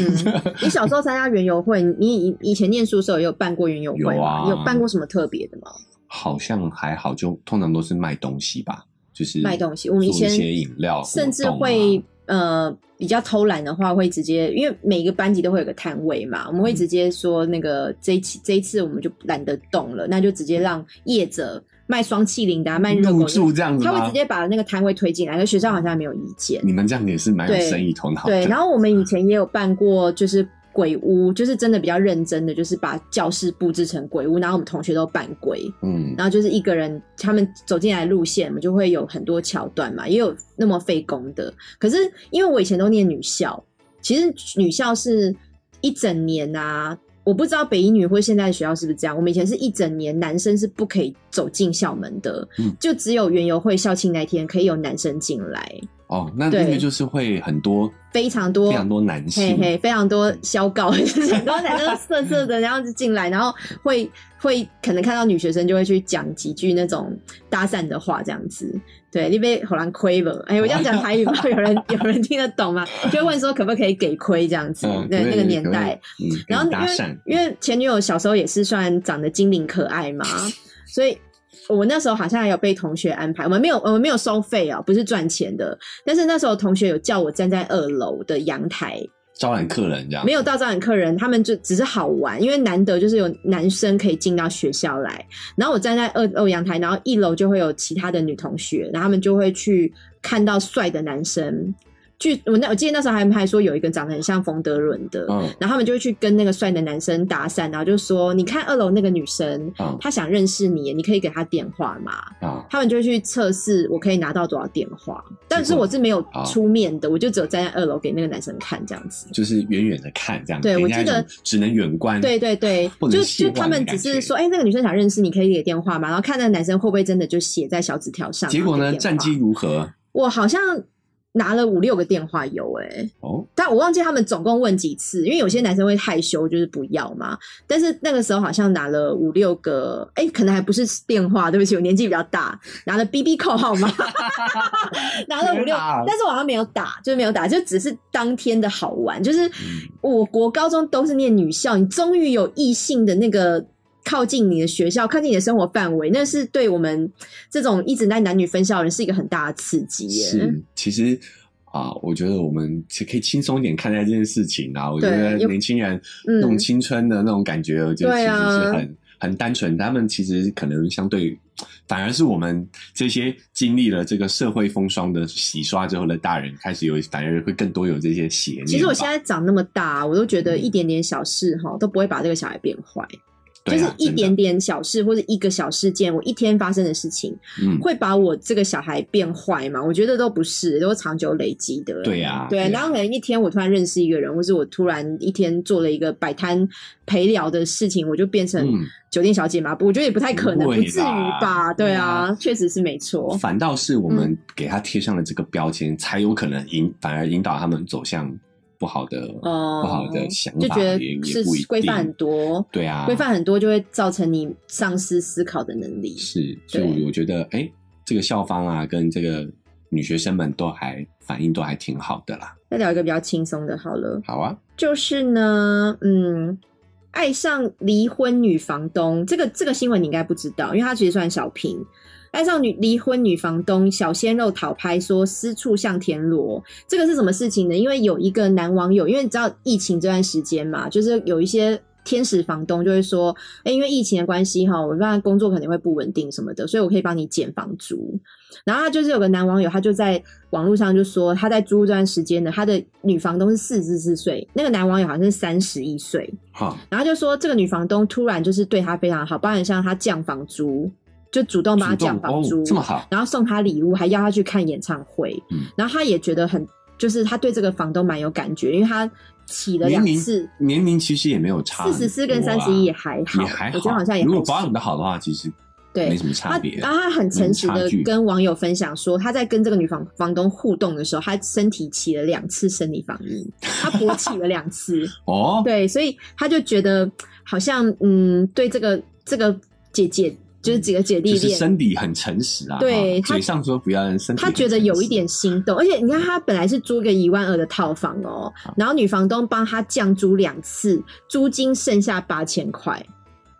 你小时候参加园游会，你以以前念书的时候也有办过园游会有吗？啊有办过什么特别的吗？好像还好，就通常都是卖东西吧，就是卖东西我们以前做一些饮料、甚至活动啊会呃比较偷懒的话，会直接因为每个班级都会有个摊位嘛，我们会嗯直接说那个这一期这一次我们就懒得动了，那就直接让业者卖双气灵的、啊、卖热狗入的，住这样子他会吗嗯直？接把那个摊位推进来，可学校好像没有意见。你们这样也是蛮有对生意头脑的。对，然后我啊们以前也有办过，就是。鬼屋就是真的比较认真的，就是把教室布置成鬼屋，然后我们同学都扮鬼，嗯，然后就是一个人，他们走进来的路线，我们就会有很多桥段嘛，也有那么费工的。可是因为我以前都念女校，其实女校是一整年啊，我不知道北一女或现在的学校是不是这样。我们以前是一整年，男生是不可以走进校门的，嗯就只有园游会校庆那天可以有男生进来，哦，那那对个就是会很多非常多非常多男嘿性，嘿，非常多小 稿，就是很多男生都色色的，然后就进来，然后会会可能看到女学生就会去讲几句那种搭讪的话，这样子。对，你被荷兰亏了，哎，我这样讲台语不知道有人 有人听得懂吗？就会问说可不可以给亏这样子嗯，，对可以那个年代。，可以嗯，然后因可以搭为讪，因为前女友小时候也是算长得精灵可爱 嘛，所以我那时候好像有被同学安排，我们没有我们没有收费啊，不是赚钱的，但是那时候同学有叫我站在二楼的阳台，招揽客人这样，没有到招揽客人，他们就只是好玩，因为难得就是有男生可以进到学校来。然后我站在二楼阳台，然后一楼就会有其他的女同学，然后他们就会去看到帅的男生。据我那我记得那时候还还说有一个长得很像冯德伦的，嗯然后他们就会去跟那个帅的男生搭讪，然后就说：“你看二楼那个女生，嗯她想认识你，你可以给她电话吗？”啊，他们就去测试我可以拿到多少电话，但是我是没有啊出面的，我就只有站在二楼给那个男生看这样子。就是远远的看这样，对给我人家记得一种只能远观，对对对或，者就是就他们只是说，哎、那个女生想认识你，可以给电话嘛，然后看那个男生会不会真的就写在小纸条上。结果然呢，后给电战话绩如何？我好像拿了五六个电话有哎、哦，但我忘记他们总共问几次，因为有些男生会害羞，就是不要嘛。但是那个时候好像拿了五六个，哎、可能还不是电话，对不起，我年纪比较大，拿了 BB 扣号 码，拿了五天六哪，但是我好像没有打，就是没有打，就只是当天的好玩。就是嗯我国高中都是念女校，你终于有异性的那个。靠近你的学校，靠近你的生活范围，那是对我们这种一直在男女分校的人是一个很大的刺激耶。是，其实啊，我觉得我们其实可以轻松一点看待这件事情啊。我觉得有年轻人嗯那种青春的那种感觉，我觉得对其实啊是很、很单纯。他们其实可能相对，反而是我们这些经历了这个社会风霜的洗刷之后的大人，开始有反而会更多有这些邪念吧。嗯其实我现在长那么大，啊我都觉得一点点小事哈都不会把这个小孩变坏，就对是啊一真的点点小事或者一个小事件，我一天发生的事情嗯，会把我这个小孩变坏吗？我觉得都不是，都是长久累积的。对啊呀、对，啊呀然后可能一天我突然认识一个人，或是我突然一天做了一个摆摊陪聊的事情，我就变成嗯酒店小姐嘛？不我觉得也不太可能，不不会至于啦吧？对对啊啊，确实是没错。反倒是我们嗯给他贴上了这个标签，才有可能引反而引导他们走向不好的、哦不好的想就法觉也，得也是不一定规范很多，对啊，规范很多就会造成你丧失思考的能力。是，所以对我我觉得，哎、这个校方啊，跟这个女学生们都还反应都还挺好的啦。再聊一个比较轻松的，好了，好啊，就是呢，嗯，爱上离婚女房东，这个这个新闻你应该不知道，因为它其实算小评。爱上女离婚女房东小鲜肉讨拍说私处像田螺，这个是什么事情呢？因为有一个男网友，因为你知道疫情这段时间嘛，就是有一些天使房东就会说，哎、因为疫情的关系哈，我让他工作肯定会不稳定什么的，所以我可以帮你减房租。然后他就是有个男网友，他就在网络上就说他在租这段时间呢，他的女房东是四十四岁，那个男网友好像是三十一岁，哈，然后就说这个女房东突然就是对他非常好，包含像他降房租，就主动帮他主动降房租，哦，这么好，然后送他礼物，还要他去看演唱会。嗯然后他也觉得很，就是他对这个房东蛮有感觉，因为他起了两年龄次，年龄其实也没有差很四多啊，十四跟三十一也还好，也还好，我觉得好像也如果还保行养的好的话，其实对没什么差别。他然后他很诚实没的差距跟网友分享说，他在跟这个女房房东互动的时候，他身体起了两次生理反 应，他勃起了两次。哦，对，所以他就觉得好像嗯，对这个这个姐姐，就是几个姐弟嗯就是恋，身体很诚实啊，对哈他嘴上说不要，身体他很觉得诚有一实点心动。而且你看，他本来是租个一万二的套房哦，然后女房东帮他降租两次，租金剩下八千块，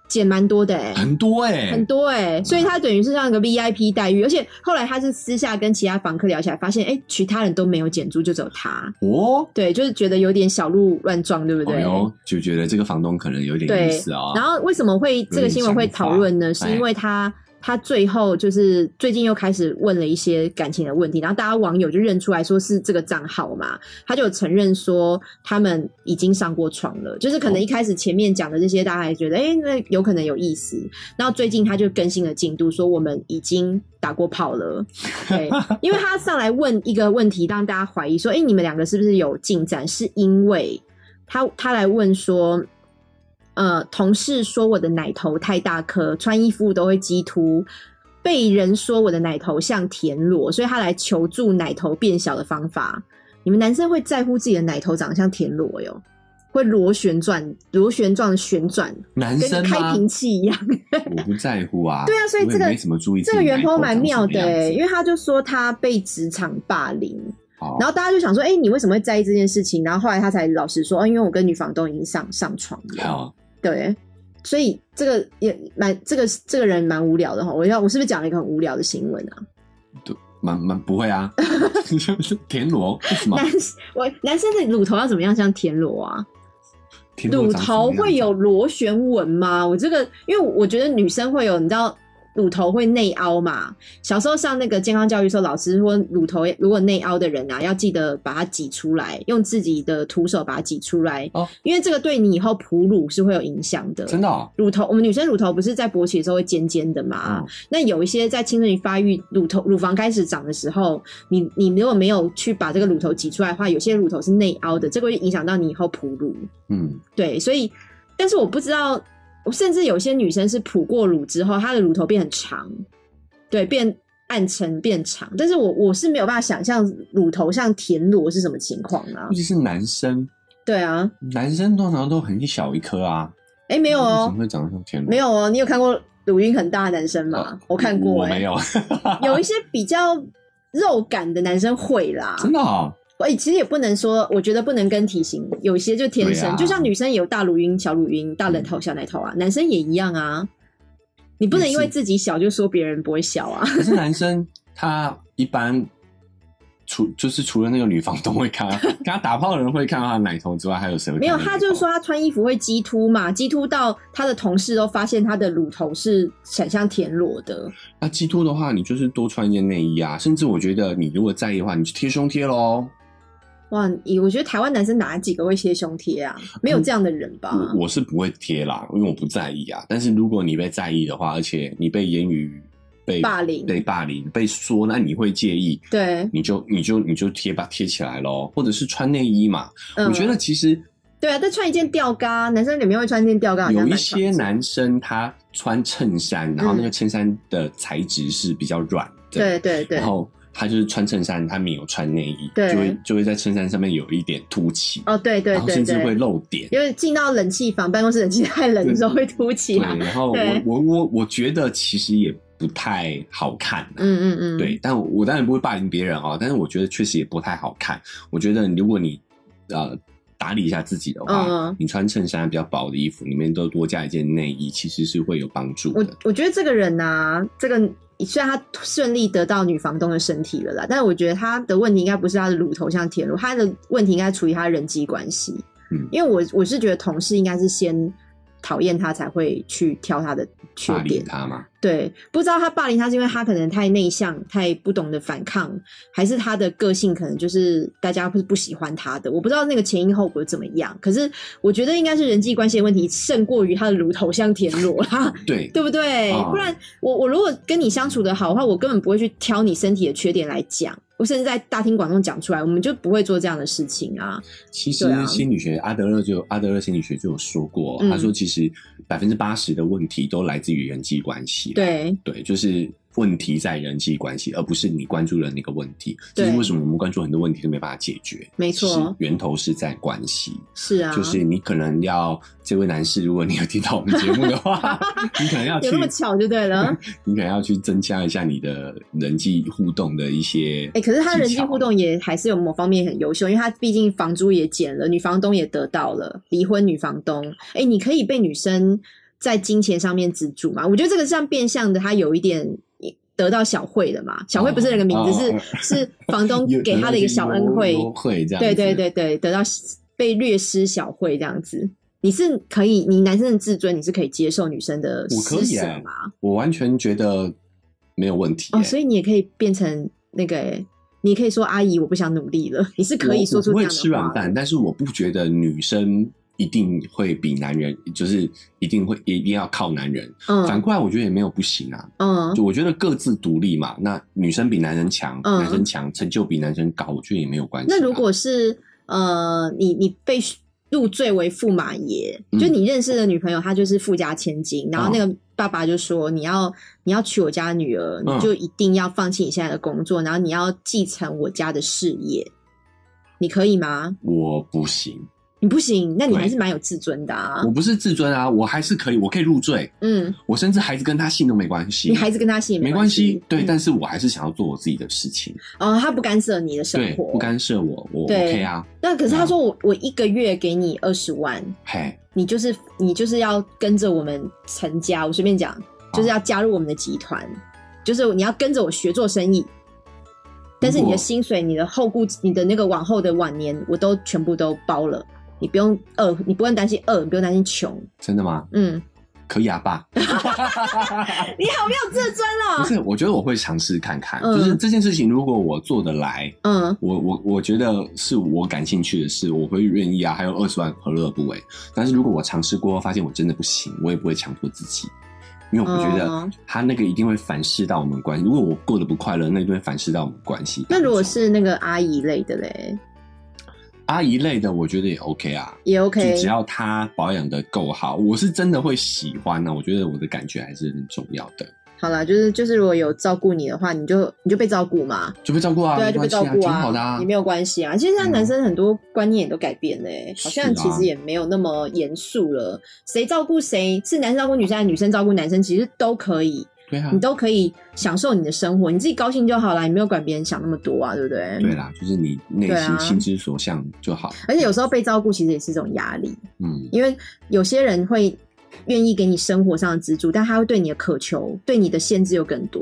减蛮多的哎、很多哎，很多哎、所以他等于是像一个 VIP 待遇，而且后来他是私下跟其他房客聊起来，发现哎、其他人都没有减租，就只有他，哦。对，就是觉得有点小鹿乱撞，对不哎对？呦，就觉得这个房东可能有点意对思啊。然后为什么会这个新闻会讨论呢？法是因为他他最后就是最近又开始问了一些感情的问题，然后大家网友就认出来说是这个账号嘛，他就有承认说他们已经上过床了，就是可能一开始前面讲的这些大家还觉得哎、诶那有可能有意思，然后最近他就更新了进度说我们已经打过炮了，对，因为他上来问一个问题，让大家怀疑说，哎、你们两个是不是有进展？是因为他他来问说，呃，同事说我的奶头太大颗，穿衣服都会激凸。被人说我的奶头像田螺，所以他来求助奶头变小的方法。你们男生会在乎自己的奶头长得像田螺哟，会螺旋转、螺旋状的旋转，男跟生开吗？瓶器一样。我不在乎啊。对啊所以我这也个没什么注意自这己个奶头长什么样圆子。头蛮妙的、欸，因为为他就说他被职场霸凌，好然后大家就想说，哎、你为什么会在意这件事情？然后后来他才老实说，哦，因为我跟女房东已经上上床了，好对，所以这个也蛮这个这个人蛮无聊的哈。我要我是不是讲了一个很无聊的新闻啊？蛮蛮不会啊。 田螺为什么男我男生的乳头要怎么样像田螺啊？田螺乳长什么头会样有子螺旋纹吗？我这个，因为我觉得女生会有，你知道。乳头会内凹嘛？小时候上那个健康教育的时候，老师说乳头如果内凹的人啊，要记得把它挤出来，用自己的徒手把它挤出来，哦因为这个对你以后哺乳是会有影响的。真的哦乳头，我们女生乳头不是在勃起的时候会尖尖的嘛？嗯那有一些在青春期发育，乳头乳房开始长的时候，你你如果没有去把这个乳头挤出来的话，有些乳头是内凹的，这个会影响到你以后哺乳。嗯，对，所以，但是我不知道，我甚至有些女生是哺过乳之后，她的乳头变很长，对，变暗沉变长，但是我我是没有办法想象乳头像田螺是什么情况啊尤？其是男生，对啊，男生通常都很小一颗啊。哎、没有为什哦么，会长得像田螺？没有哦，你有看过乳晕很大的男生吗？嗯啊我看过、我哎，没有， 有一些比较肉感的男生会啦，真的哦。哎、其实也不能说，我觉得不能跟体型，有些就天生，对啊嗯就像女生也有大乳晕、小乳晕、大奶头、小奶头啊，男生也一样啊。你不能因为自己小就说别人不会小 啊，可是男生他一般除就是除了那个女房东会看到，跟他打炮的人会看到他的奶头之外，还有谁会没看有，到奶头？他就是说他穿衣服会激凸嘛，激凸到他的同事都发现他的乳头是很像田螺的，那基督的话，你就是多穿一件内衣啊，甚至我觉得你如果在意的话，你就贴胸贴喽。哇！你我觉得台湾男生哪几个会贴胸贴啊？没有这样的人吧？嗯我我是不会贴啦，因为我不在意啊。但是如果你被在意的话，而且你被言语被霸凌被霸凌、被说，那你会介意，对，你就你就你就贴吧贴起来喽，或者是穿内衣嘛。嗯，我觉得其实对啊，但穿一件吊嘎，男生里面会穿一件吊嘎，好像有一蛮常些见嗯男生他穿衬衫，然后那个衬衫的材质是比较软的，对对对然后他就是穿衬衫，他没有穿内衣，对就会就会在衬衫上面有一点凸起，哦，对对然后对甚至对，会露点。因为进到冷气房，办公室冷气太冷的时候会凸起对，来。然后我对我我我觉得其实也不太好看、啊，嗯嗯嗯，对，但我我啊当然不会霸凌别人哦，但是我觉得确实也不太好看。我觉得如果你呃打理一下自己的话，嗯，你穿衬衫比较薄的衣服，里面都多加一件内衣，其实是会有帮助我的。我觉得这个人呐、这个虽然他顺利得到女房东的身体了啦，但是我觉得他的问题应该不是他的乳头像铁路，他的问题应该处于他人际关系。嗯因为我我是觉得同事应该是先讨厌他，才会去挑他的缺霸凌点。他嘛，对，不知道他霸凌他是因为他可能太内向、太不懂得反抗，还是他的个性可能就是大家不不喜欢他的。我不知道那个前因后果怎么样，可是我觉得应该是人际关系的问题胜过于他的乳头像田螺啦。 对，对不对？啊不然我我如果跟你相处的好的话，我根本不会去挑你身体的缺点来讲，我甚至在大庭广众讲出来，我们就不会做这样的事情啊。其实对啊心理学，阿德勒就有阿德勒心理学就有说过，嗯他说其实百分之八十的问题都来自于人际关系啦。对，对，就是问题在人际关系，而不是你关注的那个问题。对这是为什么我们关注很多问题都没办法解决？没其实错，源头是在关系。是啊，就是你可能要，这位男士，如果你有听到我们节目的话， 你可能要去有那，么巧就对了。你可能要去增加一下你的人际互动的一些。哎、可是他人际互动也还是有某方面很优秀，因为他毕竟房租也减了，女房东也得到了，离婚女房东。哎、你可以被女生在金钱上面资助嘛？我觉得这个像变相的，他有一点得到小惠了嘛。小惠不是那个名字，哦哦是是房东给他的一个小恩惠，优惠这样。对对，对对，得到被略施小惠这样子。你是可以，你男生的自尊你是可以接受女生的我可施以舍欸吗？我完全觉得没有问题、哦，欸所以你也可以变成那个、欸，你也可以说阿姨，我不想努力了， 你是可以我说出我这不会样的话。吃软饭，但是我不觉得女生一定会比男人，就是一定会一定要靠男人。反嗯过来，我觉得也没有不行啊。嗯就我觉得各自独立嘛，那女生比男人强，嗯男生强，成就比男生高，我觉得也没有关系啊、那如果是呃，你你被入赘为驸马爷，就嗯你认识的女朋友，她就是富家千金，然后那个爸爸就说你要你要娶我家女儿，嗯你就一定要放弃你现在的工作，然后你要继承我家的事业，你可以吗？我不行，你不行，那你对还是蛮有自尊的啊我。不是自尊啊，我还是可以，我可以入赘，嗯，我甚至孩子跟他姓都没关系，你孩子跟他姓也没关关系，对，嗯但是我还是想要做我自己的事情，哦，他不干涉你的生对，活，不。干涉我，我对 OK 啊，那可是啊他说我我一个月给你二十万，嘿，你就是你就是要跟着我们成家，我随便讲，就是要加入我们的集团，就是你要跟着我学做生意。但是你的薪水、你的后顾、你的那个往后的晚年，我都全部都包了，你不用饿，你不用担心饿，你不用担心穷。真的吗？嗯，可以啊，爸。你好没有自尊不哦。是，我觉得我会尝试看看，嗯就是这件事情，如果我做得来，嗯，我我我觉得是我感兴趣的事，我会愿意啊。还有二十万，何乐而不为？但是如果我尝试过后发现我真的不行，我也不会强迫自己，因为我觉得哦他那个一定会反噬到我们关系。如果我过得不快乐，那一定会反噬到我们关系。那如果是那个阿姨类的嘞，阿姨类的，我觉得也 OK 啊。也 OK 就。只要她保养的够好，我是真的会喜欢啊呢、我觉得我的感觉还是很重要的，好啦，就是就是，如果有照顾你的话，你就你就被照顾嘛。就被照顾啊，对啊，没就被关系照顾挺啊，好的啊嗯也。没有关系啊。其实现在男生很多观念也都改变了、欸，好像是啊其实也没有那么严肃了。谁照顾谁，是男生照顾女生，还是女生照顾男生，其实都可以，对啊你，都可以享受你的生活，你自己高兴就好啦，你没有管别人想那么多啊，对不对？对。啦，就是你内对啊心心之所向就好。而且有时候被照顾其实也是一种压力，嗯，因为有些人会愿意给你生活上的资助，但他会对你的渴求、对你的限制又更多，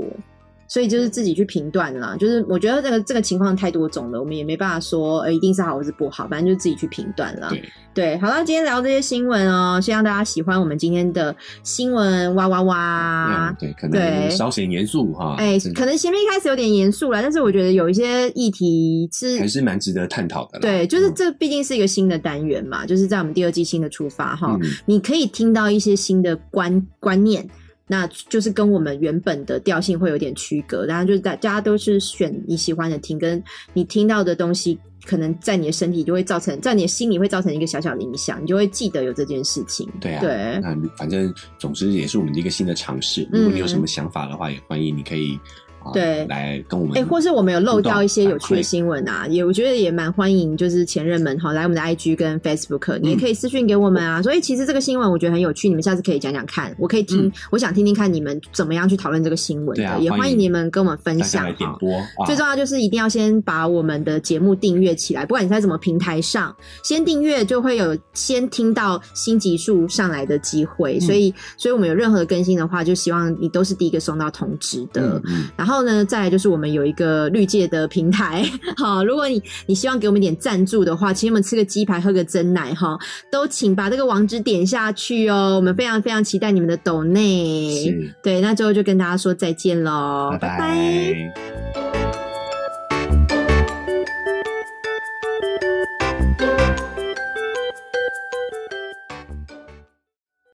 所以就是自己去评断啦。就是我觉得这个这个情况太多种了，我们也没办法说呃一定是好或是不好，反正就自己去评断啦。对。对，好了，今天聊这些新闻哦，希望大家喜欢我们今天的新闻哇哇哇嗯。对，可啊对能稍显严肃哈，哎、是可能前面一开始有点严肃啦，但是我觉得有一些议题是还是蛮值得探讨的啦。对，就是嗯这毕竟是一个新的单元嘛，就是在我们第二季新的出发哈。嗯你可以听到一些新的观观念，那就是跟我们原本的调性会有点区隔。然后就是大大家都是选你喜欢的听，跟你听到的东西，可能在你的身体就会造成，在你的心里会造成一个小小的影响，你就会记得有这件事情。对啊，对那反正总之也是我们的一个新的尝试。如果你有什么想法的话，也欢迎你可以。啊嗯对来跟我们哎、或是我们有漏掉一些有趣的反馈新闻啊，也我觉得也蛮欢迎，就是前任们哈来我们的 IG 跟 Facebook，你也嗯可以私讯给我们啊。所以其实这个新闻我觉得很有趣，你们下次可以讲讲看，我可以听，我想听听看你们怎么样去讨论这个新闻的，嗯对啊也欢欢迎迎你们跟我们分大家享来点哈。播啊，最重要就是一定要先把我们的节目订阅起来，不管你在什么平台上，先订阅就会有先听到新集数上来的机会。嗯所以，所以我们有任何的更新的话，就希望你都是第一个收到通知的。嗯嗯，然后呢，再来就是我们有一个绿界的平台， 好，如果你你希望给我们一点赞助的话，请我们吃个鸡排，喝个真奶哈，都请把这个网址点下去哦。我们非常非常期待你们的哎抖内。是，对，那最后就跟大家说再见喽，拜拜拜拜